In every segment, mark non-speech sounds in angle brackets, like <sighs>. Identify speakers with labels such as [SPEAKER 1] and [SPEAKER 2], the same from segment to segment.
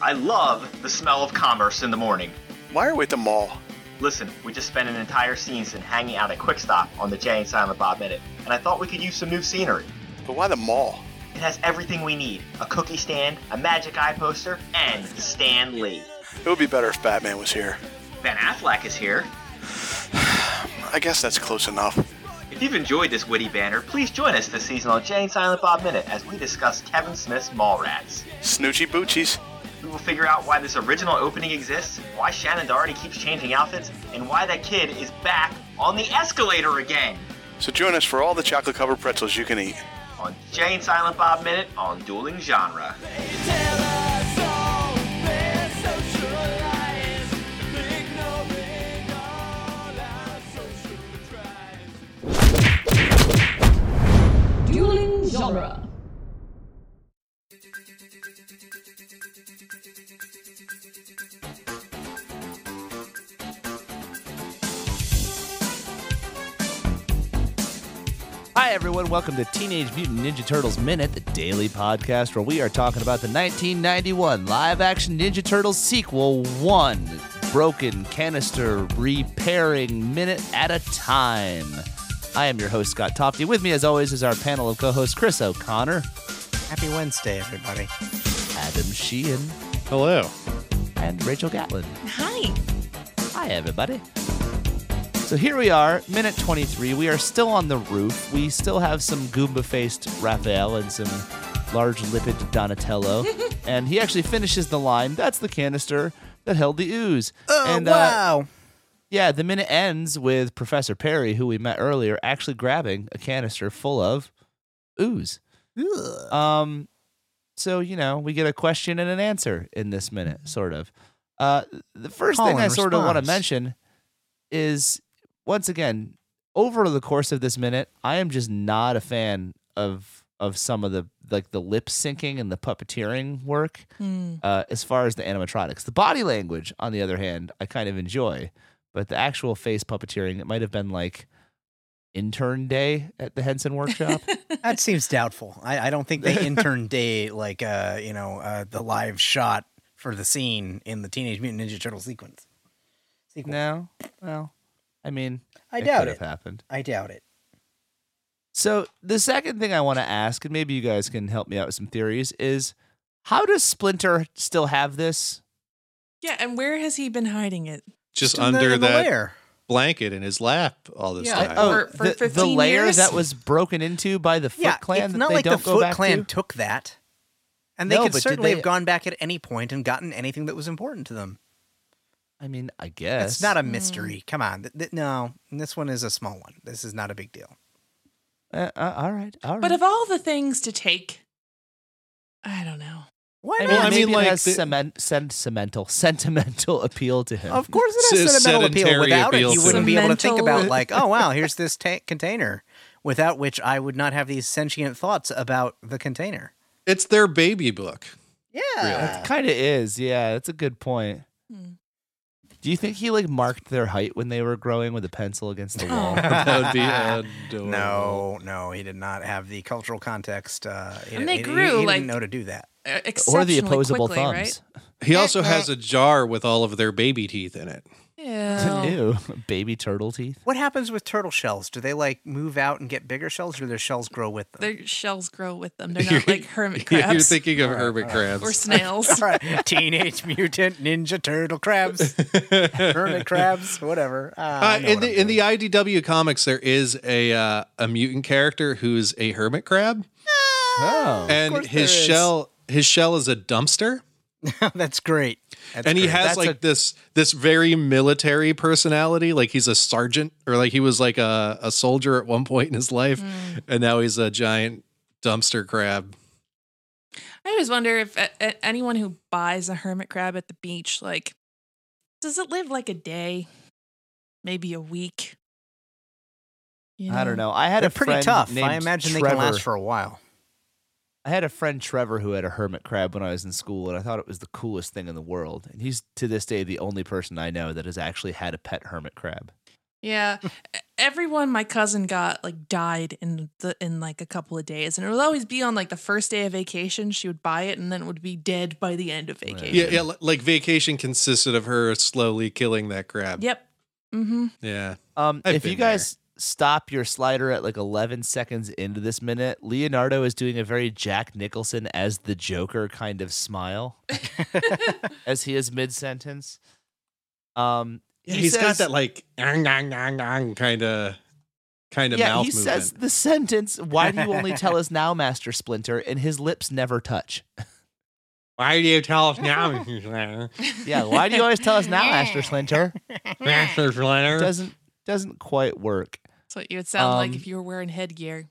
[SPEAKER 1] I love the smell of commerce in the morning.
[SPEAKER 2] Why are we at the mall?
[SPEAKER 1] Listen, we just spent an entire season hanging out at Quick Stop on the Jay and Silent Bob Minute, and I thought we could use some new scenery.
[SPEAKER 2] But why the mall?
[SPEAKER 1] It has everything we need a cookie stand, a magic eye poster, and Stan Lee.
[SPEAKER 2] It would be better if Batman was here.
[SPEAKER 1] Ben Affleck is here.
[SPEAKER 2] I guess that's close enough.
[SPEAKER 1] If you've enjoyed this witty banner, please join us this season on Jay and Silent Bob Minute as we discuss Kevin Smith's Mallrats.
[SPEAKER 2] Snoochie Boochies.
[SPEAKER 1] We will figure out why this original opening exists, why Shannon Doherty keeps changing outfits, and why that kid is back on the escalator again
[SPEAKER 2] So join us for all the chocolate covered pretzels you can eat.
[SPEAKER 1] on Jay and Silent Bob Minute on Dueling Genre.
[SPEAKER 3] Dueling Genre.
[SPEAKER 4] Hi, everyone. Welcome to Teenage Mutant Ninja Turtles Minute, the daily podcast where we are talking about the 1991 live action Ninja Turtles sequel, one broken canister repairing minute at a time. I am your host, Scott Tofty. With me, as always, is our panel of co hosts, Chris O'Connor,
[SPEAKER 5] Happy Wednesday, everybody.
[SPEAKER 4] Adam Sheehan,
[SPEAKER 6] Hello.
[SPEAKER 4] and Rachel Gatlin.
[SPEAKER 7] Hi.
[SPEAKER 4] Hi, everybody. So here we are, minute 23. We are still on the roof. We still have some Goomba faced Raphael and some large lipped
[SPEAKER 5] <laughs>
[SPEAKER 4] Donatello. and he actually finishes the line that's the canister that held the ooze. and, uh,
[SPEAKER 5] Oh, wow.
[SPEAKER 4] yeah, the minute ends with Professor Perry, who we met earlier, actually grabbing a canister full of ooze. Um, so you know, we get a question and an answer in this minute, sort of. Uh, the first
[SPEAKER 5] Call
[SPEAKER 4] thing I
[SPEAKER 5] and
[SPEAKER 4] sort of want to
[SPEAKER 5] response.
[SPEAKER 4] mention is once again, over the course of this minute, I am just not a fan of of some of the like the lip syncing and the puppeteering work
[SPEAKER 5] Hmm.
[SPEAKER 4] uh, as far as the animatronics. The body language, on the other hand, I kind of enjoy, but the actual face puppeteering, it might have been like intern day at the Henson
[SPEAKER 5] <laughs>
[SPEAKER 4] Workshop.
[SPEAKER 5] that seems doubtful. I, I don't think they interned day like uh, you know, uh, the live shot for the scene in the Teenage Mutant Ninja Turtle sequence. Sequel.
[SPEAKER 4] no, well, I mean,
[SPEAKER 5] I
[SPEAKER 4] it
[SPEAKER 5] doubt
[SPEAKER 4] could
[SPEAKER 5] it.
[SPEAKER 4] have happened.
[SPEAKER 5] I doubt it.
[SPEAKER 4] So the second thing I want to ask, and maybe you guys can help me out with some theories, is how does Splinter still have this?
[SPEAKER 7] Yeah, and where has he been hiding it?
[SPEAKER 6] Just
[SPEAKER 5] in the-
[SPEAKER 6] under
[SPEAKER 5] in the
[SPEAKER 6] that
[SPEAKER 5] layer.
[SPEAKER 6] blanket in his lap all this
[SPEAKER 7] Yeah.
[SPEAKER 6] time.
[SPEAKER 7] I- For- for
[SPEAKER 4] Oh, the, the
[SPEAKER 7] 15
[SPEAKER 4] layer
[SPEAKER 7] years?
[SPEAKER 4] that was broken into by the Foot
[SPEAKER 5] yeah,
[SPEAKER 4] Clan
[SPEAKER 5] it's
[SPEAKER 4] that
[SPEAKER 5] not
[SPEAKER 4] they
[SPEAKER 5] like
[SPEAKER 4] don't
[SPEAKER 5] the
[SPEAKER 4] go
[SPEAKER 5] Foot
[SPEAKER 4] back
[SPEAKER 5] Clan
[SPEAKER 4] to?
[SPEAKER 5] took that. And they
[SPEAKER 4] No,
[SPEAKER 5] could
[SPEAKER 4] but did
[SPEAKER 5] certainly
[SPEAKER 4] they-
[SPEAKER 5] have gone back at any point and gotten anything that was important to them.
[SPEAKER 4] I mean, I guess
[SPEAKER 5] It's not a mystery. Come on. Th- th- no, this one is a small one. This is not a big deal.
[SPEAKER 4] Uh, uh, all right, all right.
[SPEAKER 7] But of all the things to take, I don't know.
[SPEAKER 5] Why
[SPEAKER 4] I
[SPEAKER 5] not?
[SPEAKER 4] mean,
[SPEAKER 6] Well, I
[SPEAKER 4] maybe
[SPEAKER 6] mean,
[SPEAKER 4] it
[SPEAKER 6] like
[SPEAKER 4] has
[SPEAKER 6] the-
[SPEAKER 4] cement, sentimental, <laughs> sentimental appeal to him.
[SPEAKER 5] Of course, it has
[SPEAKER 6] S-
[SPEAKER 5] sentimental appeal.
[SPEAKER 6] sedentary
[SPEAKER 5] Without
[SPEAKER 6] appeal
[SPEAKER 5] it, you
[SPEAKER 6] to
[SPEAKER 5] wouldn't
[SPEAKER 7] it.
[SPEAKER 5] be able to think about
[SPEAKER 4] <laughs>
[SPEAKER 7] Sentimental.
[SPEAKER 5] like, oh wow, here's this ta- container. Without which, I would not have these sentient thoughts about the container.
[SPEAKER 6] It's their baby book.
[SPEAKER 4] <laughs>
[SPEAKER 5] Yeah,
[SPEAKER 4] It kind of is. Yeah, that's a good point.
[SPEAKER 7] Hmm.
[SPEAKER 4] Do you think he like marked their height when they were growing with a pencil against the wall? <laughs>
[SPEAKER 7] Oh.
[SPEAKER 6] That would be adorable.
[SPEAKER 5] no, no, he did not have the cultural context. Uh, he,
[SPEAKER 7] And
[SPEAKER 5] he-
[SPEAKER 7] they
[SPEAKER 5] he-
[SPEAKER 7] grew,
[SPEAKER 5] he didn't
[SPEAKER 7] like-
[SPEAKER 5] know to do that.
[SPEAKER 7] Uh,
[SPEAKER 4] Or the
[SPEAKER 7] exceptionally
[SPEAKER 4] opposable
[SPEAKER 7] quickly,
[SPEAKER 4] thumbs?
[SPEAKER 7] right?
[SPEAKER 6] He also has a jar with all of their baby teeth in it.
[SPEAKER 4] <laughs>
[SPEAKER 7] Yeah.
[SPEAKER 4] Ew, baby turtle teeth.
[SPEAKER 5] What happens with turtle shells? Do they like move out and get bigger shells, or their shells grow with them?
[SPEAKER 7] Their shells grow
[SPEAKER 4] <laughs>
[SPEAKER 7] with
[SPEAKER 6] <laughs>
[SPEAKER 7] them. They're not like hermit crabs
[SPEAKER 6] You're thinking of hermit crabs. <laughs>
[SPEAKER 7] or snails.
[SPEAKER 4] <laughs>
[SPEAKER 5] <laughs> All right. Teenage Mutant Ninja Turtle crabs,
[SPEAKER 6] <laughs>
[SPEAKER 5] hermit crabs, whatever. Uh, I
[SPEAKER 6] Uh,
[SPEAKER 5] know
[SPEAKER 6] in
[SPEAKER 5] what I'm
[SPEAKER 6] the
[SPEAKER 5] doing.
[SPEAKER 6] in the IDW comics, there is a uh, a mutant character who's a hermit crab,
[SPEAKER 4] Oh,
[SPEAKER 6] and
[SPEAKER 5] course
[SPEAKER 6] his
[SPEAKER 5] there is. <laughs>
[SPEAKER 6] shell his shell is a dumpster.
[SPEAKER 5] that's great. That's
[SPEAKER 6] and he
[SPEAKER 5] great.
[SPEAKER 6] has
[SPEAKER 4] That's
[SPEAKER 6] like
[SPEAKER 4] a-
[SPEAKER 6] this this very military personality like he's a sergeant or like he was like a, a soldier at one point in his life
[SPEAKER 4] Hmm.
[SPEAKER 6] and now he's a giant dumpster crab
[SPEAKER 7] I always wonder if uh, uh, anyone who buys a hermit crab at the beach, like, does it live like a day, maybe a week? You
[SPEAKER 4] I don't know. I had
[SPEAKER 5] They're
[SPEAKER 4] a
[SPEAKER 5] pretty
[SPEAKER 4] friend
[SPEAKER 5] tough.
[SPEAKER 4] Named
[SPEAKER 5] I imagine
[SPEAKER 4] Trevor.
[SPEAKER 5] they can last for a while.
[SPEAKER 4] I had a friend Trevor who had a hermit crab when I was in school, and I thought it was the coolest thing in the world. And <laughs> he's to this day the only person I know that has actually had a pet hermit crab.
[SPEAKER 7] Yeah. A- everyone my cousin got like died in the in like a couple of days, and it would always be on like the first day of vacation. She would buy it, and then it would be dead by the end of vacation.
[SPEAKER 6] Yeah, yeah. li- Like vacation consisted of her slowly killing that crab.
[SPEAKER 7] Yep. Mm-hmm.
[SPEAKER 6] Yeah.
[SPEAKER 4] Um,
[SPEAKER 6] I've
[SPEAKER 4] if you
[SPEAKER 6] been there.
[SPEAKER 4] guys stop your slider at like 11 seconds into this minute, Leonardo is doing a very Jack Nicholson as the Joker kind of
[SPEAKER 6] <laughs>
[SPEAKER 4] smile as he is mid sentence. Um,
[SPEAKER 6] Yeah,
[SPEAKER 4] he
[SPEAKER 6] has got
[SPEAKER 4] says-
[SPEAKER 6] that like kind of kind of
[SPEAKER 4] yeah,
[SPEAKER 6] mouth
[SPEAKER 4] he
[SPEAKER 6] movement.
[SPEAKER 4] says the sentence, Why do you only
[SPEAKER 6] <laughs>
[SPEAKER 4] tell us now, Master Splinter? And his lips never touch.
[SPEAKER 6] Why do you tell us now,
[SPEAKER 4] <laughs> Yeah, why do you always tell us now, Master Splinter?
[SPEAKER 6] Master Splinter?
[SPEAKER 4] Doesn't doesn't quite work.
[SPEAKER 7] That's what you would sound like
[SPEAKER 4] Um,
[SPEAKER 7] if you were
[SPEAKER 5] <laughs>
[SPEAKER 7] wearing headgear.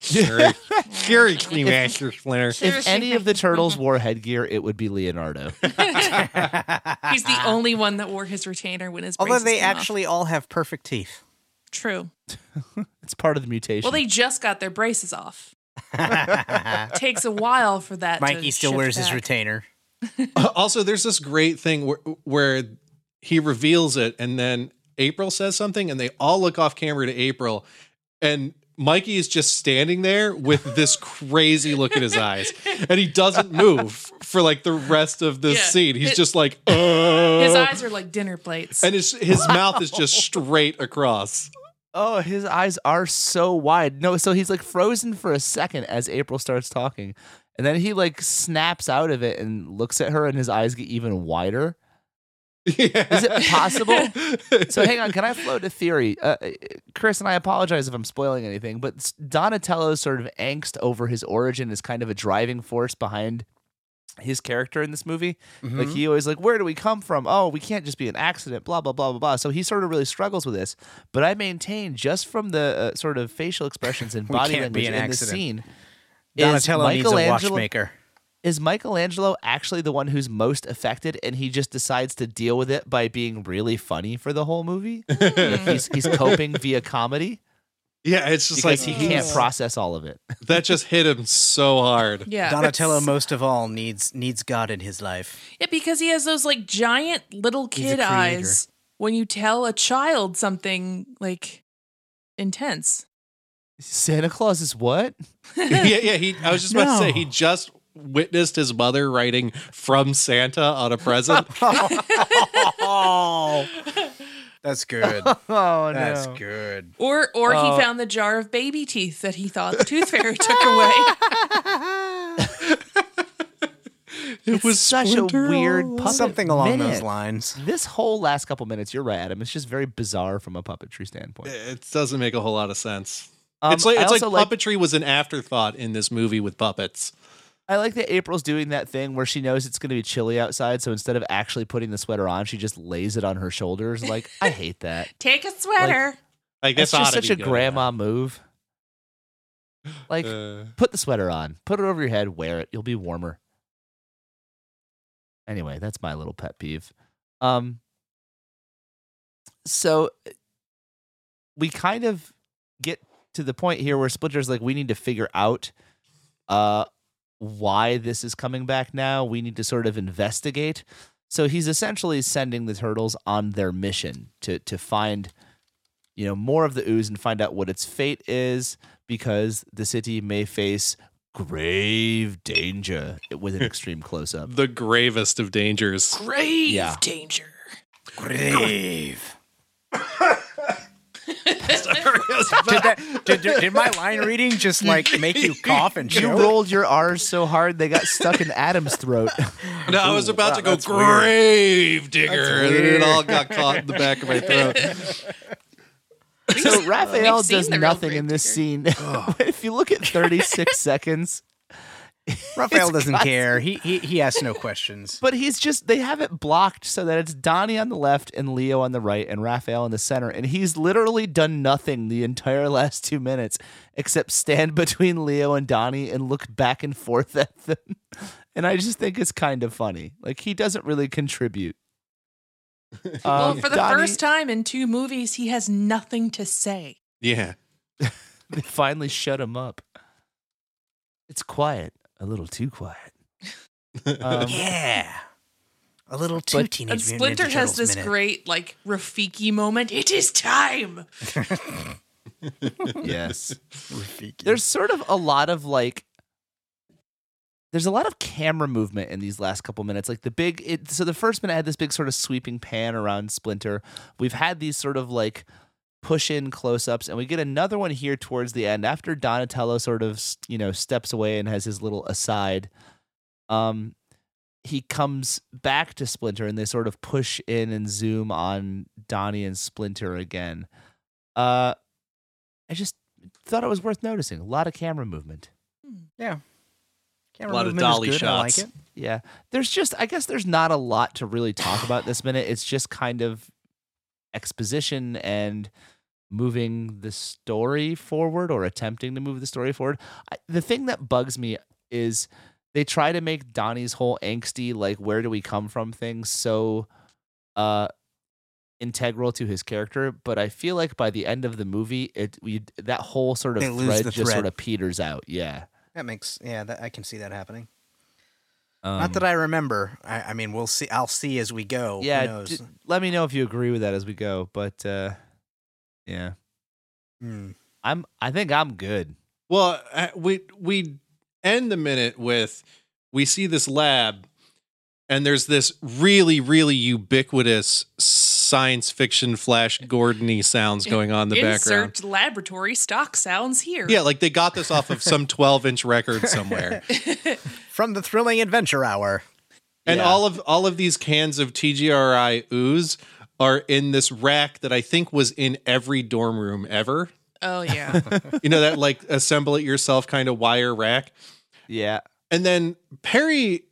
[SPEAKER 6] Seriously,
[SPEAKER 4] <laughs>
[SPEAKER 6] seriously, Master Splinter.
[SPEAKER 4] If any of the
[SPEAKER 7] Mm-hmm.
[SPEAKER 4] turtles wore headgear, it would be <laughs> Leonardo.
[SPEAKER 7] He's
[SPEAKER 5] <laughs>
[SPEAKER 7] the only one that wore his retainer when his.
[SPEAKER 5] Although
[SPEAKER 7] braces
[SPEAKER 5] they
[SPEAKER 7] came off.
[SPEAKER 5] actually all have perfect teeth. <laughs>
[SPEAKER 7] true.
[SPEAKER 4] It's part of the mutation.
[SPEAKER 7] Well, they just got their
[SPEAKER 5] <laughs>
[SPEAKER 7] braces off. Takes a while for that. to
[SPEAKER 5] Mikey still
[SPEAKER 7] shift
[SPEAKER 5] wears his
[SPEAKER 7] back.
[SPEAKER 5] retainer.
[SPEAKER 6] <laughs> Also, there's this great thing where, where he reveals it, and then April says something, and they all look off camera to April, and Mikey is just standing there with this
[SPEAKER 7] <laughs>
[SPEAKER 6] crazy look in his eyes, and he doesn't move for like the rest of this
[SPEAKER 7] Yeah.
[SPEAKER 6] scene. He's
[SPEAKER 7] It-
[SPEAKER 6] just like, oh,
[SPEAKER 7] <laughs> His eyes are like dinner plates.
[SPEAKER 6] and his
[SPEAKER 7] <laughs>
[SPEAKER 6] his mouth is just straight across. <laughs>
[SPEAKER 4] Oh, his eyes are so wide. No, so he's like frozen for a second as April starts talking. And then he like snaps out of it and looks at her and his eyes get even wider. Is it
[SPEAKER 5] <laughs>
[SPEAKER 4] possible? so hang on, can I float a theory? Uh, uh, Chris and I apologize if I'm spoiling anything, but s- Donatello's sort of angst over his origin is kind of a driving force behind his character in this movie.
[SPEAKER 5] Mm-hmm.
[SPEAKER 4] Like he always like, where do we come from? Oh, we can't just be an accident. Blah blah blah blah blah. So he sort of really struggles with this. But I maintain just from the uh, sort of facial expressions and
[SPEAKER 5] <laughs> We
[SPEAKER 4] body
[SPEAKER 5] can't
[SPEAKER 4] language
[SPEAKER 5] be an
[SPEAKER 4] in this
[SPEAKER 5] accident.
[SPEAKER 4] scene,
[SPEAKER 5] Donatello
[SPEAKER 4] is
[SPEAKER 5] needs a
[SPEAKER 4] Michelangelo
[SPEAKER 5] watchmaker.
[SPEAKER 4] is Michelangelo actually the one who's most affected, and he just decides to deal with it by being really funny for the whole
[SPEAKER 5] <laughs>
[SPEAKER 4] movie. Like,
[SPEAKER 5] Mm-hmm.
[SPEAKER 4] he's he's coping via comedy
[SPEAKER 6] Yeah, it's just
[SPEAKER 4] because
[SPEAKER 6] like
[SPEAKER 4] he can't
[SPEAKER 6] he's-
[SPEAKER 4] process all of it.
[SPEAKER 6] That just hit him so hard.
[SPEAKER 7] yeah,
[SPEAKER 5] Donatello, most of all, needs needs God in his life.
[SPEAKER 7] Yeah, because he has those like giant little
[SPEAKER 5] He's a
[SPEAKER 7] kid
[SPEAKER 5] creator.
[SPEAKER 7] eyes when you tell a child something like intense.
[SPEAKER 4] Santa Claus is what?
[SPEAKER 6] <laughs>
[SPEAKER 4] <laughs>
[SPEAKER 6] yeah, yeah. He. I was just about to say
[SPEAKER 5] No.
[SPEAKER 6] he just witnessed his mother writing from Santa on a
[SPEAKER 4] <laughs>
[SPEAKER 6] present.
[SPEAKER 5] Oh, that's <laughs> good.
[SPEAKER 4] Oh
[SPEAKER 5] That's good.
[SPEAKER 7] Or or
[SPEAKER 4] Oh.
[SPEAKER 7] he found the jar of baby teeth that he thought the tooth
[SPEAKER 5] <laughs>
[SPEAKER 7] fairy took away.
[SPEAKER 6] it
[SPEAKER 4] It's such a weird puppet
[SPEAKER 5] Something along
[SPEAKER 4] minute.
[SPEAKER 5] those lines.
[SPEAKER 4] This whole last couple minutes, you're right, Adam. It's just very bizarre from a puppetry standpoint.
[SPEAKER 6] It doesn't make a whole lot of sense.
[SPEAKER 4] Um,
[SPEAKER 6] it's like
[SPEAKER 4] I
[SPEAKER 6] it's like
[SPEAKER 4] also
[SPEAKER 6] puppetry was an afterthought in this movie with puppets.
[SPEAKER 4] I like that April's doing that thing where she knows it's going to be chilly outside, so instead of actually putting the sweater on, she just lays it on her shoulders. Like I hate that.
[SPEAKER 7] Take a sweater.
[SPEAKER 6] Like
[SPEAKER 4] That's
[SPEAKER 6] this ought
[SPEAKER 4] just
[SPEAKER 6] to
[SPEAKER 4] such
[SPEAKER 6] be
[SPEAKER 4] a
[SPEAKER 6] good.
[SPEAKER 4] grandma
[SPEAKER 6] <laughs>
[SPEAKER 4] move. Like,
[SPEAKER 6] Uh,
[SPEAKER 4] put the sweater on, put it over your head, wear it. You'll be warmer. Anyway, that's my little pet peeve. Um, so uh, we kind of get to the point here where Splinter's like, we need to figure out uh, why this is coming back now. We need to sort of investigate. So he's essentially sending the turtles on their mission to to find, you know, more of the ooze and find out what its fate is, because the city may face grave danger with an extreme close up.
[SPEAKER 6] the gravest of dangers.
[SPEAKER 7] Grave
[SPEAKER 4] Yeah.
[SPEAKER 7] danger.
[SPEAKER 5] Grave.
[SPEAKER 6] Sorry,
[SPEAKER 5] <laughs> Did, that, did, did did my line reading just like make you cough and
[SPEAKER 4] You
[SPEAKER 5] choke?
[SPEAKER 4] rolled your R's so hard they got stuck in Adam's throat.
[SPEAKER 6] No, <laughs> I was about
[SPEAKER 5] wow,
[SPEAKER 6] to go
[SPEAKER 5] that's weird.
[SPEAKER 6] grave digger,
[SPEAKER 5] That's
[SPEAKER 6] and it
[SPEAKER 5] weird.
[SPEAKER 6] all got caught in the back of
[SPEAKER 4] <laughs>
[SPEAKER 6] my throat.
[SPEAKER 4] So Raphael
[SPEAKER 7] We've seen
[SPEAKER 4] does
[SPEAKER 7] the real
[SPEAKER 4] nothing in
[SPEAKER 7] grave
[SPEAKER 4] this scene. <laughs> if you look at
[SPEAKER 7] <laughs>
[SPEAKER 4] 36 seconds,
[SPEAKER 5] <laughs> Raphael
[SPEAKER 4] It's
[SPEAKER 5] doesn't
[SPEAKER 4] got-
[SPEAKER 5] care. He, he he asks no questions.
[SPEAKER 4] But he's just they have it blocked so that it's Donnie on the left and Leo on the right and Raphael in the center. And he's literally done nothing the entire <laughs> last two minutes except stand between Leo and Donnie and look back and forth <laughs> at them. And I just think it's kind of funny. Like he doesn't really contribute.
[SPEAKER 7] well,
[SPEAKER 4] Um,
[SPEAKER 7] for the
[SPEAKER 4] Donnie-
[SPEAKER 7] first time in two movies, he has nothing to say.
[SPEAKER 6] Yeah.
[SPEAKER 4] they <laughs> finally shut him up. It's quiet, a little too quiet. Um,
[SPEAKER 5] Yeah. A little too
[SPEAKER 4] But-
[SPEAKER 5] teenage
[SPEAKER 7] And
[SPEAKER 5] Mutant
[SPEAKER 7] Splinter
[SPEAKER 5] Ninja
[SPEAKER 7] has
[SPEAKER 5] Turtles
[SPEAKER 7] this
[SPEAKER 5] minute.
[SPEAKER 7] great like Rafiki moment. It is time.
[SPEAKER 4] yes.
[SPEAKER 5] Rafiki.
[SPEAKER 4] There's sort of a lot of like there's a lot of camera movement in these last couple minutes. Like the big it, so the first minute had this big sort of sweeping pan around Splinter. We've had these sort of like push in close ups and we get another one here towards the end after Donatello sort of, you know, steps away and has his little aside. Um he comes back to Splinter and they sort of push in and zoom on Donnie and Splinter again. Uh I just thought it was worth noticing. A lot of camera movement.
[SPEAKER 5] Camera
[SPEAKER 6] a lot of
[SPEAKER 5] movement is
[SPEAKER 6] dolly
[SPEAKER 5] good, I like
[SPEAKER 6] shots.
[SPEAKER 5] it.
[SPEAKER 4] Yeah. There's just I guess there's not a lot to really talk about this minute. It's just kind of exposition and moving the story forward or attempting to move the story forward. I, the thing that bugs me is they try to make Donnie's whole angsty like where do we come from thing so uh integral to his character, but I feel like by the end of the movie it we that whole sort of
[SPEAKER 5] They lose
[SPEAKER 4] thread
[SPEAKER 5] the
[SPEAKER 4] just sort
[SPEAKER 5] thread.
[SPEAKER 4] of peters out. Yeah.
[SPEAKER 5] That makes yeah. That, I can see that happening.
[SPEAKER 4] Um,
[SPEAKER 5] Not that I remember. I, I mean, we'll see. I'll see as we go. Who
[SPEAKER 4] yeah
[SPEAKER 5] knows?
[SPEAKER 4] d- let me know if you agree with that as we go but uh yeah
[SPEAKER 5] Hmm.
[SPEAKER 4] i'm i think i'm good
[SPEAKER 6] Well, uh, we we end the minute with we see this lab, and there's this really really ubiquitous science fiction Flash Gordony sounds going on in the
[SPEAKER 7] Insert
[SPEAKER 6] background.
[SPEAKER 7] laboratory stock sounds here.
[SPEAKER 6] Yeah, like they got this off of some 12 inch record somewhere.
[SPEAKER 5] From the thrilling adventure hour.
[SPEAKER 6] And
[SPEAKER 4] Yeah.
[SPEAKER 6] all of all of these cans of TGRI ooze are in this rack that I think was in every dorm room ever. <laughs>
[SPEAKER 7] oh yeah.
[SPEAKER 6] You know that like assemble it yourself kind of wire rack.
[SPEAKER 4] yeah
[SPEAKER 6] And then Perry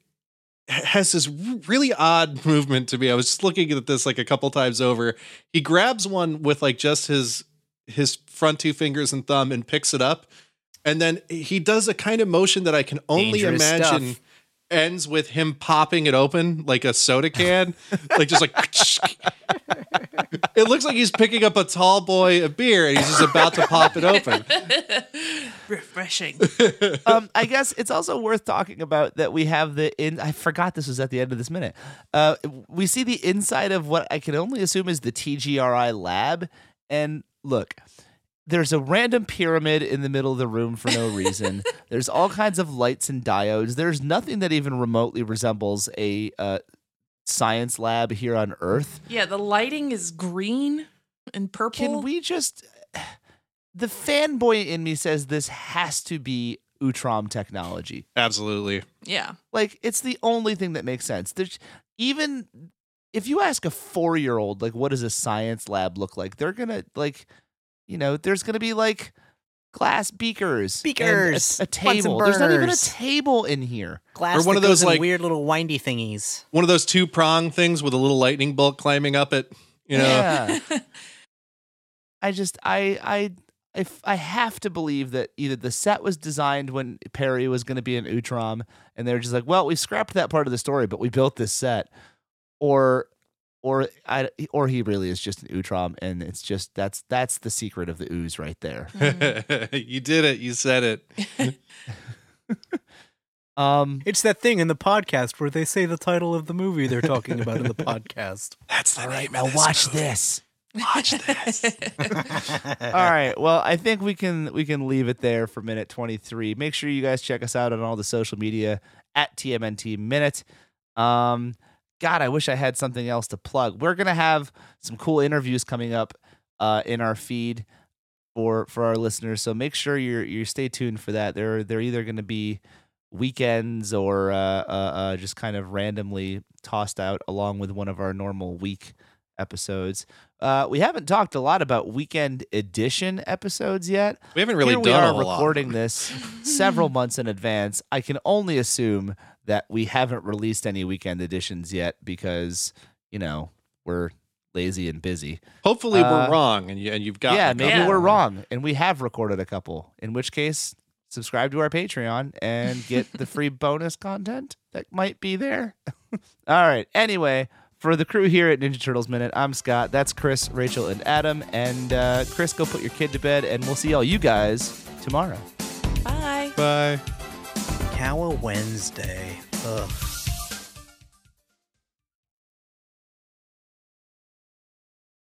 [SPEAKER 6] h- has this r- really odd <laughs> movement to me. I was just looking at this like a couple times over. He grabs one with like just his his front two fingers and thumb and picks it up. And then he does a kind of motion that I can only
[SPEAKER 5] Dangerous
[SPEAKER 6] imagine
[SPEAKER 5] stuff.
[SPEAKER 6] ends with him popping it open like a
[SPEAKER 5] <laughs>
[SPEAKER 6] soda can, like just like It looks like he's picking up a tall boy a beer and he's just about to pop it open.
[SPEAKER 7] Refreshing.
[SPEAKER 4] um i guess it's also worth talking about that we have the in i forgot this was at the end of this minute uh we see the inside of what i can only assume is the tgri lab and look there's a random pyramid in the middle of the room for
[SPEAKER 5] <laughs>
[SPEAKER 4] no reason. there's all kinds of lights and diodes. There's nothing that even remotely resembles a uh, science lab here on Earth.
[SPEAKER 7] Yeah, the lighting is green and purple.
[SPEAKER 4] Can we just? <sighs> The fanboy in me says this has to be Utrom technology.
[SPEAKER 6] Absolutely.
[SPEAKER 7] Yeah.
[SPEAKER 4] Like it's the only thing that makes sense. There's even if you ask a four year old like what does a science lab look like, they're gonna like, you know, there's gonna be like glass beakers, and
[SPEAKER 5] Beakers,
[SPEAKER 4] a, a
[SPEAKER 5] Bunsen
[SPEAKER 4] table. There's not even a
[SPEAKER 5] burners.
[SPEAKER 4] table in here.
[SPEAKER 5] Glass
[SPEAKER 6] Or one
[SPEAKER 5] that
[SPEAKER 6] of those,
[SPEAKER 5] goes in
[SPEAKER 6] like-
[SPEAKER 5] weird little windy thingies.
[SPEAKER 6] one of those two prong things with a little lightning bolt climbing up it. You know, <laughs>
[SPEAKER 4] Yeah. I just I I if I have to believe that either the set was designed when Perry was going to be in Utrom, and they're just like, well, we scrapped that part of the story, but we built this set, or or I or he really is just an Utrom, and it's just that's that's the secret of the ooze right there. Mm-hmm.
[SPEAKER 6] you did it. You said it.
[SPEAKER 4] Um,
[SPEAKER 5] It's that thing in the podcast where they say the title of the movie they're talking about in the <laughs> podcast.
[SPEAKER 6] That's the right.
[SPEAKER 4] now watch this. <laughs>
[SPEAKER 6] Watch this.
[SPEAKER 4] All right. Well, I think we can we can leave it there for minute 23. Make sure you guys check us out on all the social media at TMNT Minute. Um, God, I wish I had something else to plug. We're gonna have some cool interviews coming up uh, in our feed for for our listeners. So make sure you're you stay tuned for that. They're they're either gonna be weekends or uh, uh, uh, just kind of randomly tossed out along with one of our normal week episodes. Uh, we haven't talked a lot about weekend edition episodes yet.
[SPEAKER 6] We haven't really
[SPEAKER 4] Here we
[SPEAKER 6] done
[SPEAKER 4] are
[SPEAKER 6] a whole
[SPEAKER 4] recording
[SPEAKER 6] lot.
[SPEAKER 4] this
[SPEAKER 6] <laughs>
[SPEAKER 4] several months in advance. I can only assume that we haven't released any weekend editions yet because you know we're lazy and busy.
[SPEAKER 6] Hopefully,
[SPEAKER 4] Uh,
[SPEAKER 6] we're wrong, and you and you've got.
[SPEAKER 4] yeah, maybe
[SPEAKER 7] couple.
[SPEAKER 4] we're wrong, and we have recorded a couple. In which case, subscribe to our Patreon and get the free bonus content that might be there. <laughs> All right. Anyway, for the crew here at Ninja Turtles Minute, I'm Scott. That's Chris, Rachel, and Adam. And uh, Chris, go put your kid to bed, and we'll see all you guys tomorrow.
[SPEAKER 7] Bye.
[SPEAKER 6] Bye.
[SPEAKER 5] Cow Wednesday. Ugh.